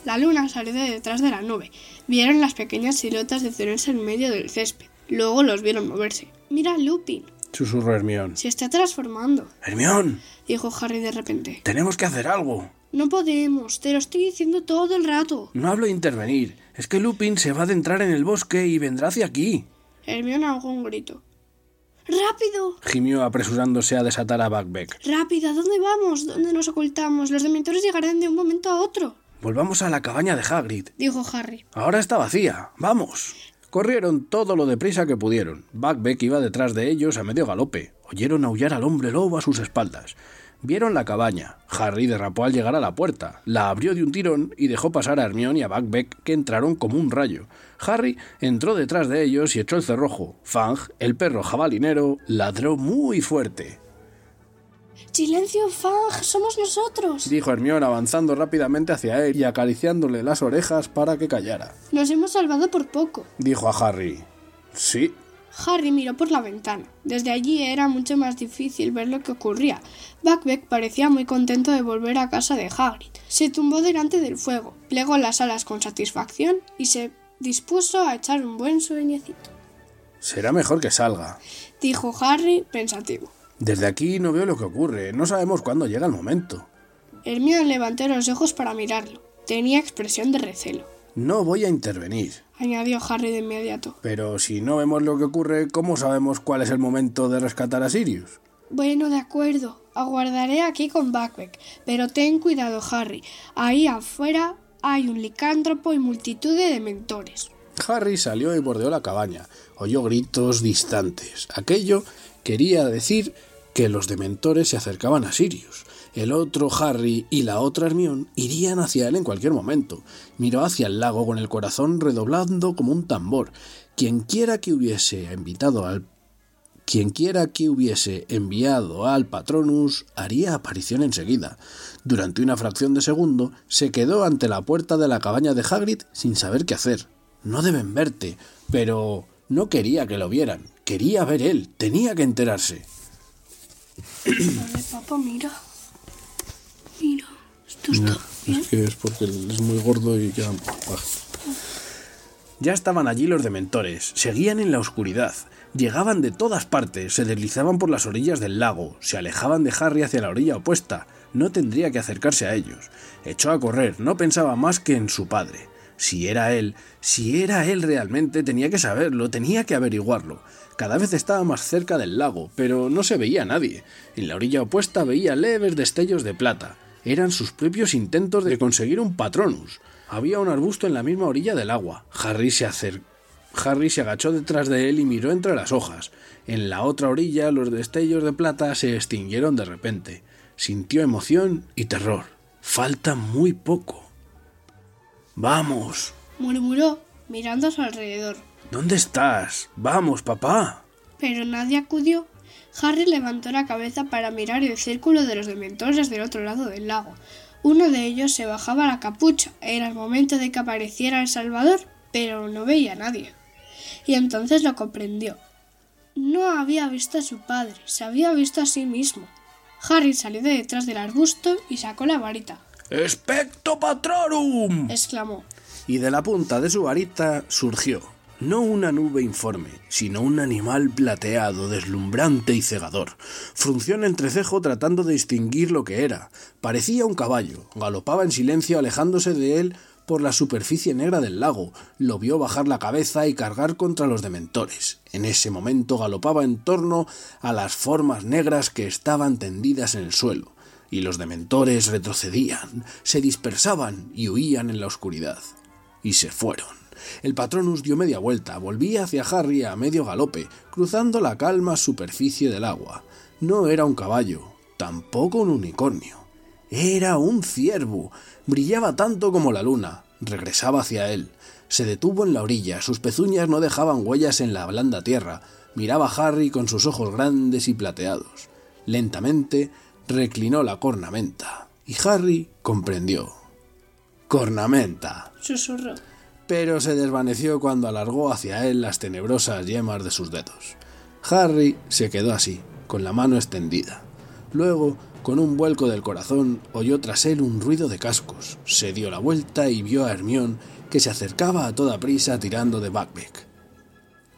La luna salió de detrás de la nube. Vieron las pequeñas siluetas detenerse en medio del césped. Luego los vieron moverse. Mira a Lupin.
susurró Hermión.
Se está transformando,
Hermión,
dijo Harry de repente.
tenemos que hacer algo.
No podemos. Te lo estoy diciendo todo el rato.
No hablo de intervenir. Es que Lupin se va a adentrar en el bosque y vendrá hacia aquí.
Hermione ahogó un grito. ¡Rápido!
Gimió apresurándose a desatar a Buckbeak.
¡Rápido! ¿A dónde vamos? ¿Dónde nos ocultamos? Los dementores llegarán de un momento a otro.
Volvamos a la cabaña de Hagrid.
dijo Harry.
Ahora está vacía. Vamos. Corrieron todo lo deprisa que pudieron. Buckbeak iba detrás de ellos a medio galope. Oyeron aullar al hombre lobo a sus espaldas. Vieron la cabaña. Harry derrapó al llegar a la puerta. La abrió de un tirón y dejó pasar a Hermione y a Buckbeak, que entraron como un rayo. Harry entró detrás de ellos y echó el cerrojo. Fang, el perro jabalinero, ladró muy fuerte.
¡Silencio, Fang! ¡Somos nosotros!
Dijo Hermione avanzando rápidamente hacia él y acariciándole las orejas para que callara.
Nos hemos salvado por poco.
Dijo a Harry. Sí,
Harry miró por la ventana. Desde allí era mucho más difícil ver lo que ocurría. Buckbeak parecía muy contento de volver a casa de Hagrid. Se tumbó delante del fuego, plegó las alas con satisfacción y se dispuso a echar un buen sueñecito.
Será mejor que salga.
Dijo Harry pensativo.
Desde aquí no veo lo que ocurre, no sabemos cuándo llega el momento.
Hermione levantó los ojos para mirarlo. Tenía expresión de recelo.
No voy a intervenir,
Añadió Harry de inmediato.
pero si no vemos lo que ocurre, ¿cómo sabemos cuál es el momento de rescatar a Sirius?
Bueno, de acuerdo. Aguardaré aquí con Buckbeak. Pero ten cuidado, Harry. Ahí afuera hay un licántropo y multitud de dementores.
Harry salió y bordeó la cabaña. Oyó gritos distantes. Aquello quería decir que los dementores se acercaban a Sirius. El otro Harry y la otra Hermión irían hacia él en cualquier momento. Miró hacia el lago con el corazón redoblando como un tambor. Quienquiera que hubiese invitado al Quienquiera que hubiese enviado al Patronus haría aparición enseguida. Durante una fracción de segundo se quedó ante la puerta de la cabaña de Hagrid sin saber qué hacer. No deben verte, pero no quería que lo vieran. Quería ver él, tenía que enterarse.
Vale, papá, mira. Mira. Esto
es que es porque es muy gordo y quedan Ya estaban allí los dementores, seguían en la oscuridad, llegaban de todas partes, se deslizaban por las orillas del lago, se alejaban de Harry hacia la orilla opuesta, no tendría que acercarse a ellos. Echó a correr, no pensaba más que en su padre. Si era él, si era él realmente, tenía que saberlo, tenía que averiguarlo. Cada vez estaba más cerca del lago, pero no se veía a nadie. En la orilla opuesta veía leves destellos de plata. Eran sus propios intentos de conseguir un patronus. Había un arbusto en la misma orilla del agua. Harry se acercó. Harry se agachó detrás de él y miró entre las hojas. En la otra orilla los destellos de plata se extinguieron de repente. Sintió emoción y terror. Falta muy poco. Vamos.
murmuró, mirando a su alrededor.
¿Dónde estás? Vamos, papá.
Pero nadie acudió. Harry levantó la cabeza para mirar el círculo de los dementores del otro lado del lago. Uno de ellos se bajaba la capucha. Era el momento de que apareciera el Salvador, pero no veía a nadie. Y entonces lo comprendió. No había visto a su padre, se había visto a sí mismo. Harry salió de detrás del arbusto y sacó la varita.
¡Especto Patrorum!
Exclamó.
Y de la punta de su varita surgió, no una nube informe, sino un animal plateado, deslumbrante y cegador. Frunció el entrecejo tratando de distinguir lo que era. Parecía un caballo. Galopaba en silencio alejándose de él por la superficie negra del lago. Lo vio bajar la cabeza y cargar contra los dementores. En ese momento galopaba en torno a las formas negras que estaban tendidas en el suelo y los dementores retrocedían, se dispersaban y huían en la oscuridad. Y se fueron. El Patronus dio media vuelta, volvía hacia Harry a medio galope, cruzando la calma superficie del agua. No era un caballo, tampoco un unicornio. Era un ciervo. Brillaba tanto como la luna. Regresaba hacia él. Se detuvo en la orilla, sus pezuñas no dejaban huellas en la blanda tierra. Miraba a Harry con sus ojos grandes y plateados. Lentamente reclinó la cornamenta y Harry comprendió. Cornamenta.
Susurró.
Pero se desvaneció cuando alargó hacia él las tenebrosas yemas de sus dedos. Harry se quedó así, con la mano extendida. Luego, con un vuelco del corazón, oyó tras él un ruido de cascos. Se dio la vuelta y vio a Hermión, que se acercaba a toda prisa tirando de Backbeck.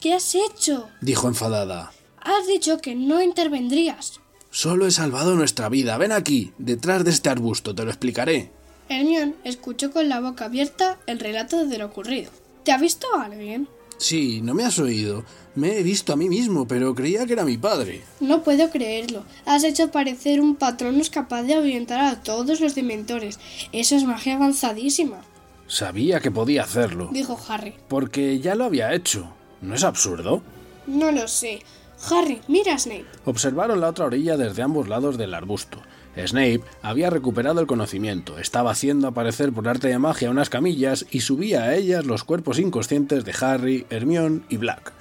¿Qué has hecho?
Dijo enfadada.
Has dicho que no intervendrías.
Solo he salvado nuestra vida. Ven aquí, detrás de este arbusto, te lo explicaré.
Hermión escuchó con la boca abierta el relato de lo ocurrido. ¿Te ha visto alguien?
Sí, no me has oído. Me he visto a mí mismo, pero creía que era mi padre.
No puedo creerlo. Has hecho parecer un patronus capaz de ahuyentar a todos los dementores. Eso es magia avanzadísima,
Sabía que podía hacerlo,
dijo Harry.
porque ya lo había hecho. ¿No es absurdo?
No lo sé. Harry, mira a Snape.
Observaron la otra orilla desde ambos lados del arbusto. Snape había recuperado el conocimiento, estaba haciendo aparecer por arte de magia unas camillas y subía a ellas los cuerpos inconscientes de Harry, Hermione y Black.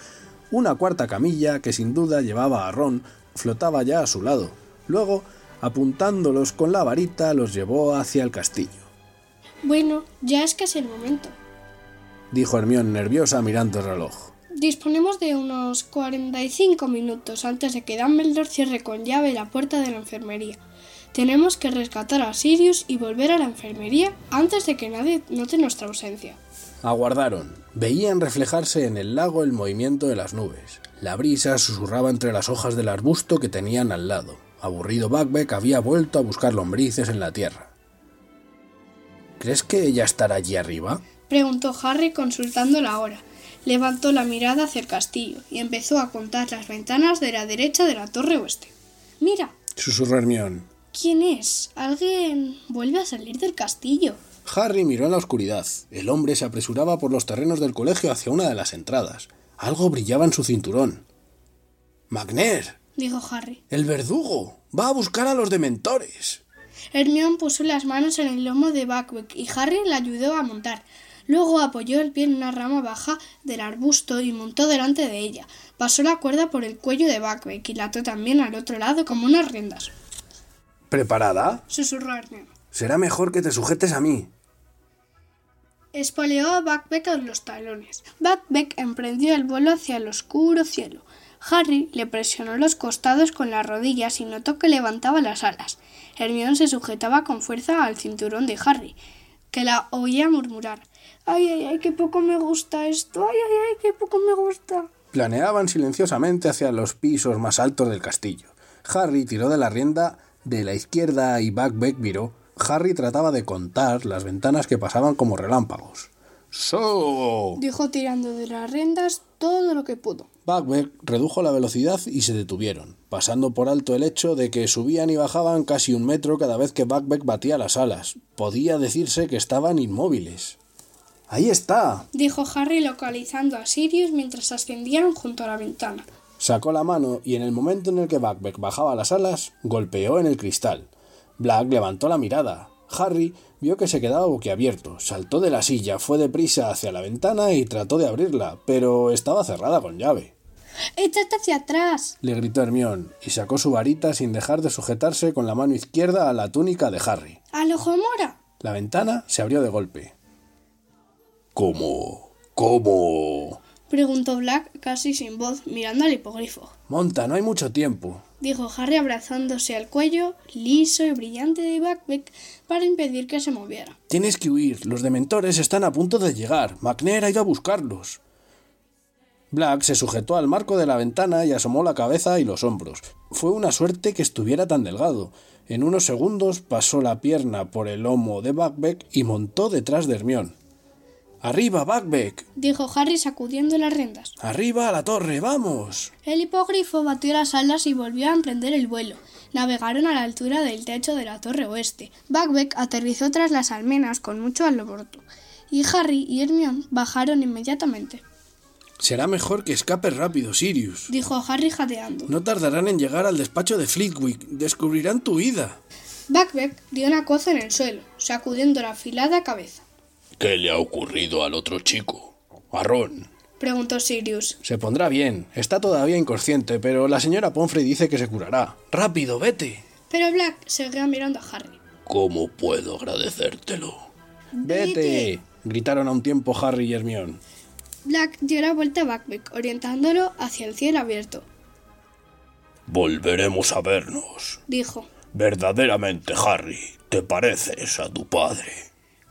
Una cuarta camilla, que sin duda llevaba a Ron, flotaba ya a su lado. Luego, apuntándolos con la varita, los llevó hacia el castillo.
Bueno, ya es casi el momento.
Dijo Hermione nerviosa mirando el reloj.
Disponemos de unos 45 minutos antes de que Dumbledore cierre con llave la puerta de la enfermería. Tenemos que rescatar a Sirius y volver a la enfermería antes de que nadie note nuestra ausencia.
Aguardaron. Veían reflejarse en el lago el movimiento de las nubes. La brisa susurraba entre las hojas del arbusto que tenían al lado. Aburrido Backbeck había vuelto a buscar lombrices en la tierra. ¿Crees que ella estará allí arriba?
Preguntó Harry consultando la hora. Levantó la mirada hacia el castillo y empezó a contar las ventanas de la derecha de la torre oeste. Mira,
Susurró Hermión.
¿quién es? Alguien vuelve a salir del castillo.
Harry miró en la oscuridad. El hombre se apresuraba por los terrenos del colegio hacia una de las entradas. Algo brillaba en su cinturón. ¡Magner!
dijo Harry.
¡El verdugo! ¡Va a buscar a los dementores!
Hermión puso las manos en el lomo de Buckbeak y Harry la ayudó a montar. Luego apoyó el pie en una rama baja del arbusto y montó delante de ella. Pasó la cuerda por el cuello de Buckbeak y la ató también al otro lado como unas riendas.
¿Preparada?
Susurró Hermión.
Será mejor que te sujetes a mí.
Espoleó a Buckbeak a los talones. Buckbeak emprendió el vuelo hacia el oscuro cielo. Harry le presionó los costados con las rodillas y notó que levantaba las alas. Hermión se sujetaba con fuerza al cinturón de Harry. que la oía murmurar. Ay, ay, ay, qué poco me gusta esto. Ay, ay, ay, qué poco me gusta.
Planeaban silenciosamente hacia los pisos más altos del castillo. Harry tiró de la rienda de la izquierda y Buckbeak viró. Harry trataba de contar las ventanas que pasaban como relámpagos. ¡So!
Dijo tirando de las rendas todo lo que pudo.
Buckbeak redujo la velocidad y se detuvieron, pasando por alto el hecho de que subían y bajaban casi un metro cada vez que Buckbeak batía las alas. Podía decirse que estaban inmóviles. ¡Ahí está!
Dijo Harry localizando a Sirius mientras ascendían junto a la ventana.
Sacó la mano y en el momento en el que Buckbeak bajaba las alas, golpeó en el cristal. Black levantó la mirada. Harry vio que se quedaba boquiabierto, saltó de la silla, fue deprisa hacia la ventana y trató de abrirla, pero estaba cerrada con llave.
¡Échate hacia atrás!
Le gritó Hermión y sacó su varita sin dejar de sujetarse con la mano izquierda a la túnica de Harry.
¡Al ojo mora!
La ventana se abrió de golpe.
¿Cómo? ¿Cómo?
Preguntó Black casi sin voz, mirando al hipogrifo.
Monta, no hay mucho tiempo.
Dijo Harry abrazándose al cuello, liso y brillante de Buckbeak, para impedir que se moviera.
Tienes que huir. Los dementores están a punto de llegar. McNair ha ido a buscarlos. Black se sujetó al marco de la ventana y asomó la cabeza y los hombros. Fue una suerte que estuviera tan delgado. En unos segundos pasó la pierna por el lomo de Buckbeak y montó detrás de Hermión. ¡Arriba, Buckbeak!
Dijo Harry sacudiendo las rendas.
¡Arriba a la torre, vamos!
El hipogrifo batió las alas y volvió a emprender el vuelo. Navegaron a la altura del techo de la torre oeste. Buckbeak aterrizó tras las almenas con mucho alboroto, y Harry y Hermione bajaron inmediatamente.
Será mejor que escapes rápido, Sirius.
Dijo Harry jadeando.
No tardarán en llegar al despacho de Flitwick. Descubrirán tu huida.
Buckbeak dio una coza en el suelo, sacudiendo la afilada cabeza.
¿Qué le ha ocurrido al otro chico? A Ron.
Preguntó Sirius.
Se pondrá bien. Está todavía inconsciente, pero la señora Pomfrey dice que se curará. ¡Rápido, vete!
Pero Black seguía mirando a Harry.
¿Cómo puedo agradecértelo?
¡Vete! Gritaron a un tiempo Harry y Hermione.
Black dio la vuelta a Buckbeak, orientándolo hacia el cielo abierto.
Volveremos a vernos.
Dijo.
Verdaderamente, Harry, te pareces a tu padre.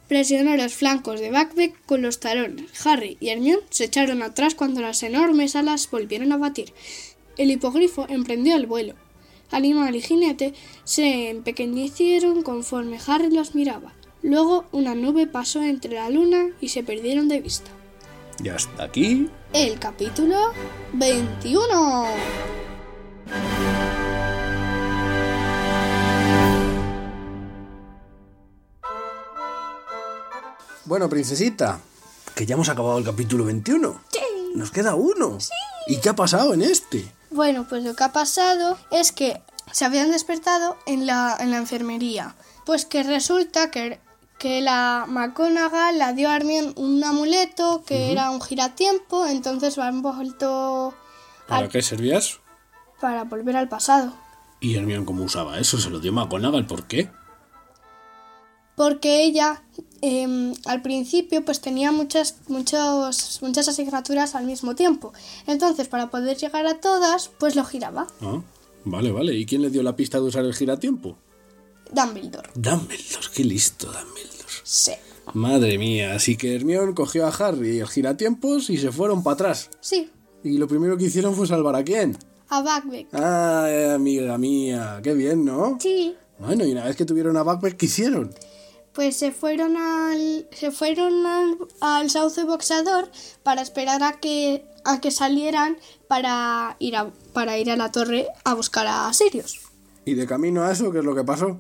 Presionó los flancos de Buckbeak con los talones. Harry y Hermione se echaron atrás cuando las enormes alas volvieron a batir. El hipogrifo emprendió el vuelo. Animal y jinete se empequeñecieron conforme Harry los miraba. Luego una nube pasó entre la luna y se perdieron de vista.
Y hasta aquí
El capítulo 21.
Bueno, princesita, que ya hemos acabado el capítulo 21. Nos queda uno. ¿Y qué ha pasado en este?
Bueno, pues lo que ha pasado es que se habían despertado en la, en la enfermería. Pues que resulta que, que la McGonagall la dio a Hermione un amuleto que era un giratiempo, entonces lo han vuelto
¿Para qué servías?
para volver al pasado.
¿Y Hermión cómo usaba eso? ¿Se lo dio McGonagall? ¿Por qué?
Porque ella em, al principio pues tenía muchas, muchos, muchas asignaturas al mismo tiempo. Entonces para poder llegar a todas pues lo giraba.
Ah, vale, vale. ¿Y quién le dio la pista de usar el giratiempo?
Dumbledore.
Dumbledore, qué listo Dumbledore.
Sí.
Madre mía, así que Hermión cogió a Harry y el giratiempos y se fueron para atrás.
Sí.
Y lo primero que hicieron fue salvar a quién.
A Buckbeak.
Ay, amiga mía, qué bien, ¿no?
Sí.
Bueno, y una vez que tuvieron a Buckbeak, ¿qué hicieron?
Pues se fueron al se fueron al, al sauce boxador para esperar a que a que salieran para ir a para ir a la torre a buscar a Sirius.
Y de camino a eso, ¿qué es lo que pasó?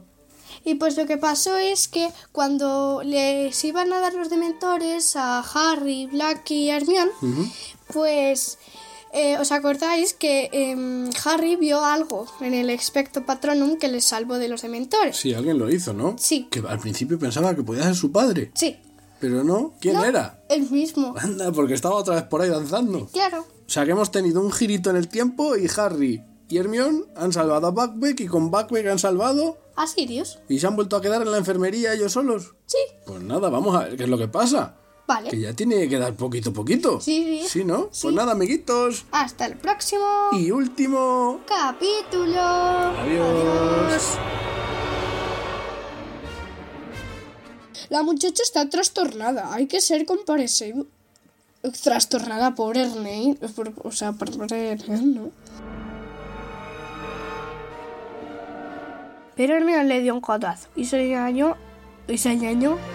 Y pues lo que pasó es que cuando les iban a dar los dementores a Harry, Black y Hermione, pues eh, os acordáis que em, Harry vio algo en el expecto patronum que les salvó de los dementores.
Sí, alguien lo hizo, ¿no?
Sí.
Que al principio pensaba que podía ser su padre.
Sí,
Pero no, ¿quién
No,
era?
el mismo.
Anda, porque estaba otra vez por ahí danzando.
Claro.
O sea que hemos tenido un girito en el tiempo y Harry y Hermione han salvado a Buckbeak y con Buckbeak han salvado
¿A Sirius?
y se han vuelto a quedar en la enfermería ellos solos.
Sí.
Pues nada, vamos a ver qué es lo que pasa.
Vale.
Que ya tiene que dar poquito a poquito.
Sí, sí.
Sí, ¿no?
Sí.
Pues nada, amiguitos.
Hasta el próximo
Y último.
capítulo.
Adiós.
La muchacha está trastornada. Hay que ser comparecido. Trastornada, pobre Ernest. O sea, pobre Ernest, ¿no?
Pero Hernán le dio un codazo y se dañó. Y se dañó.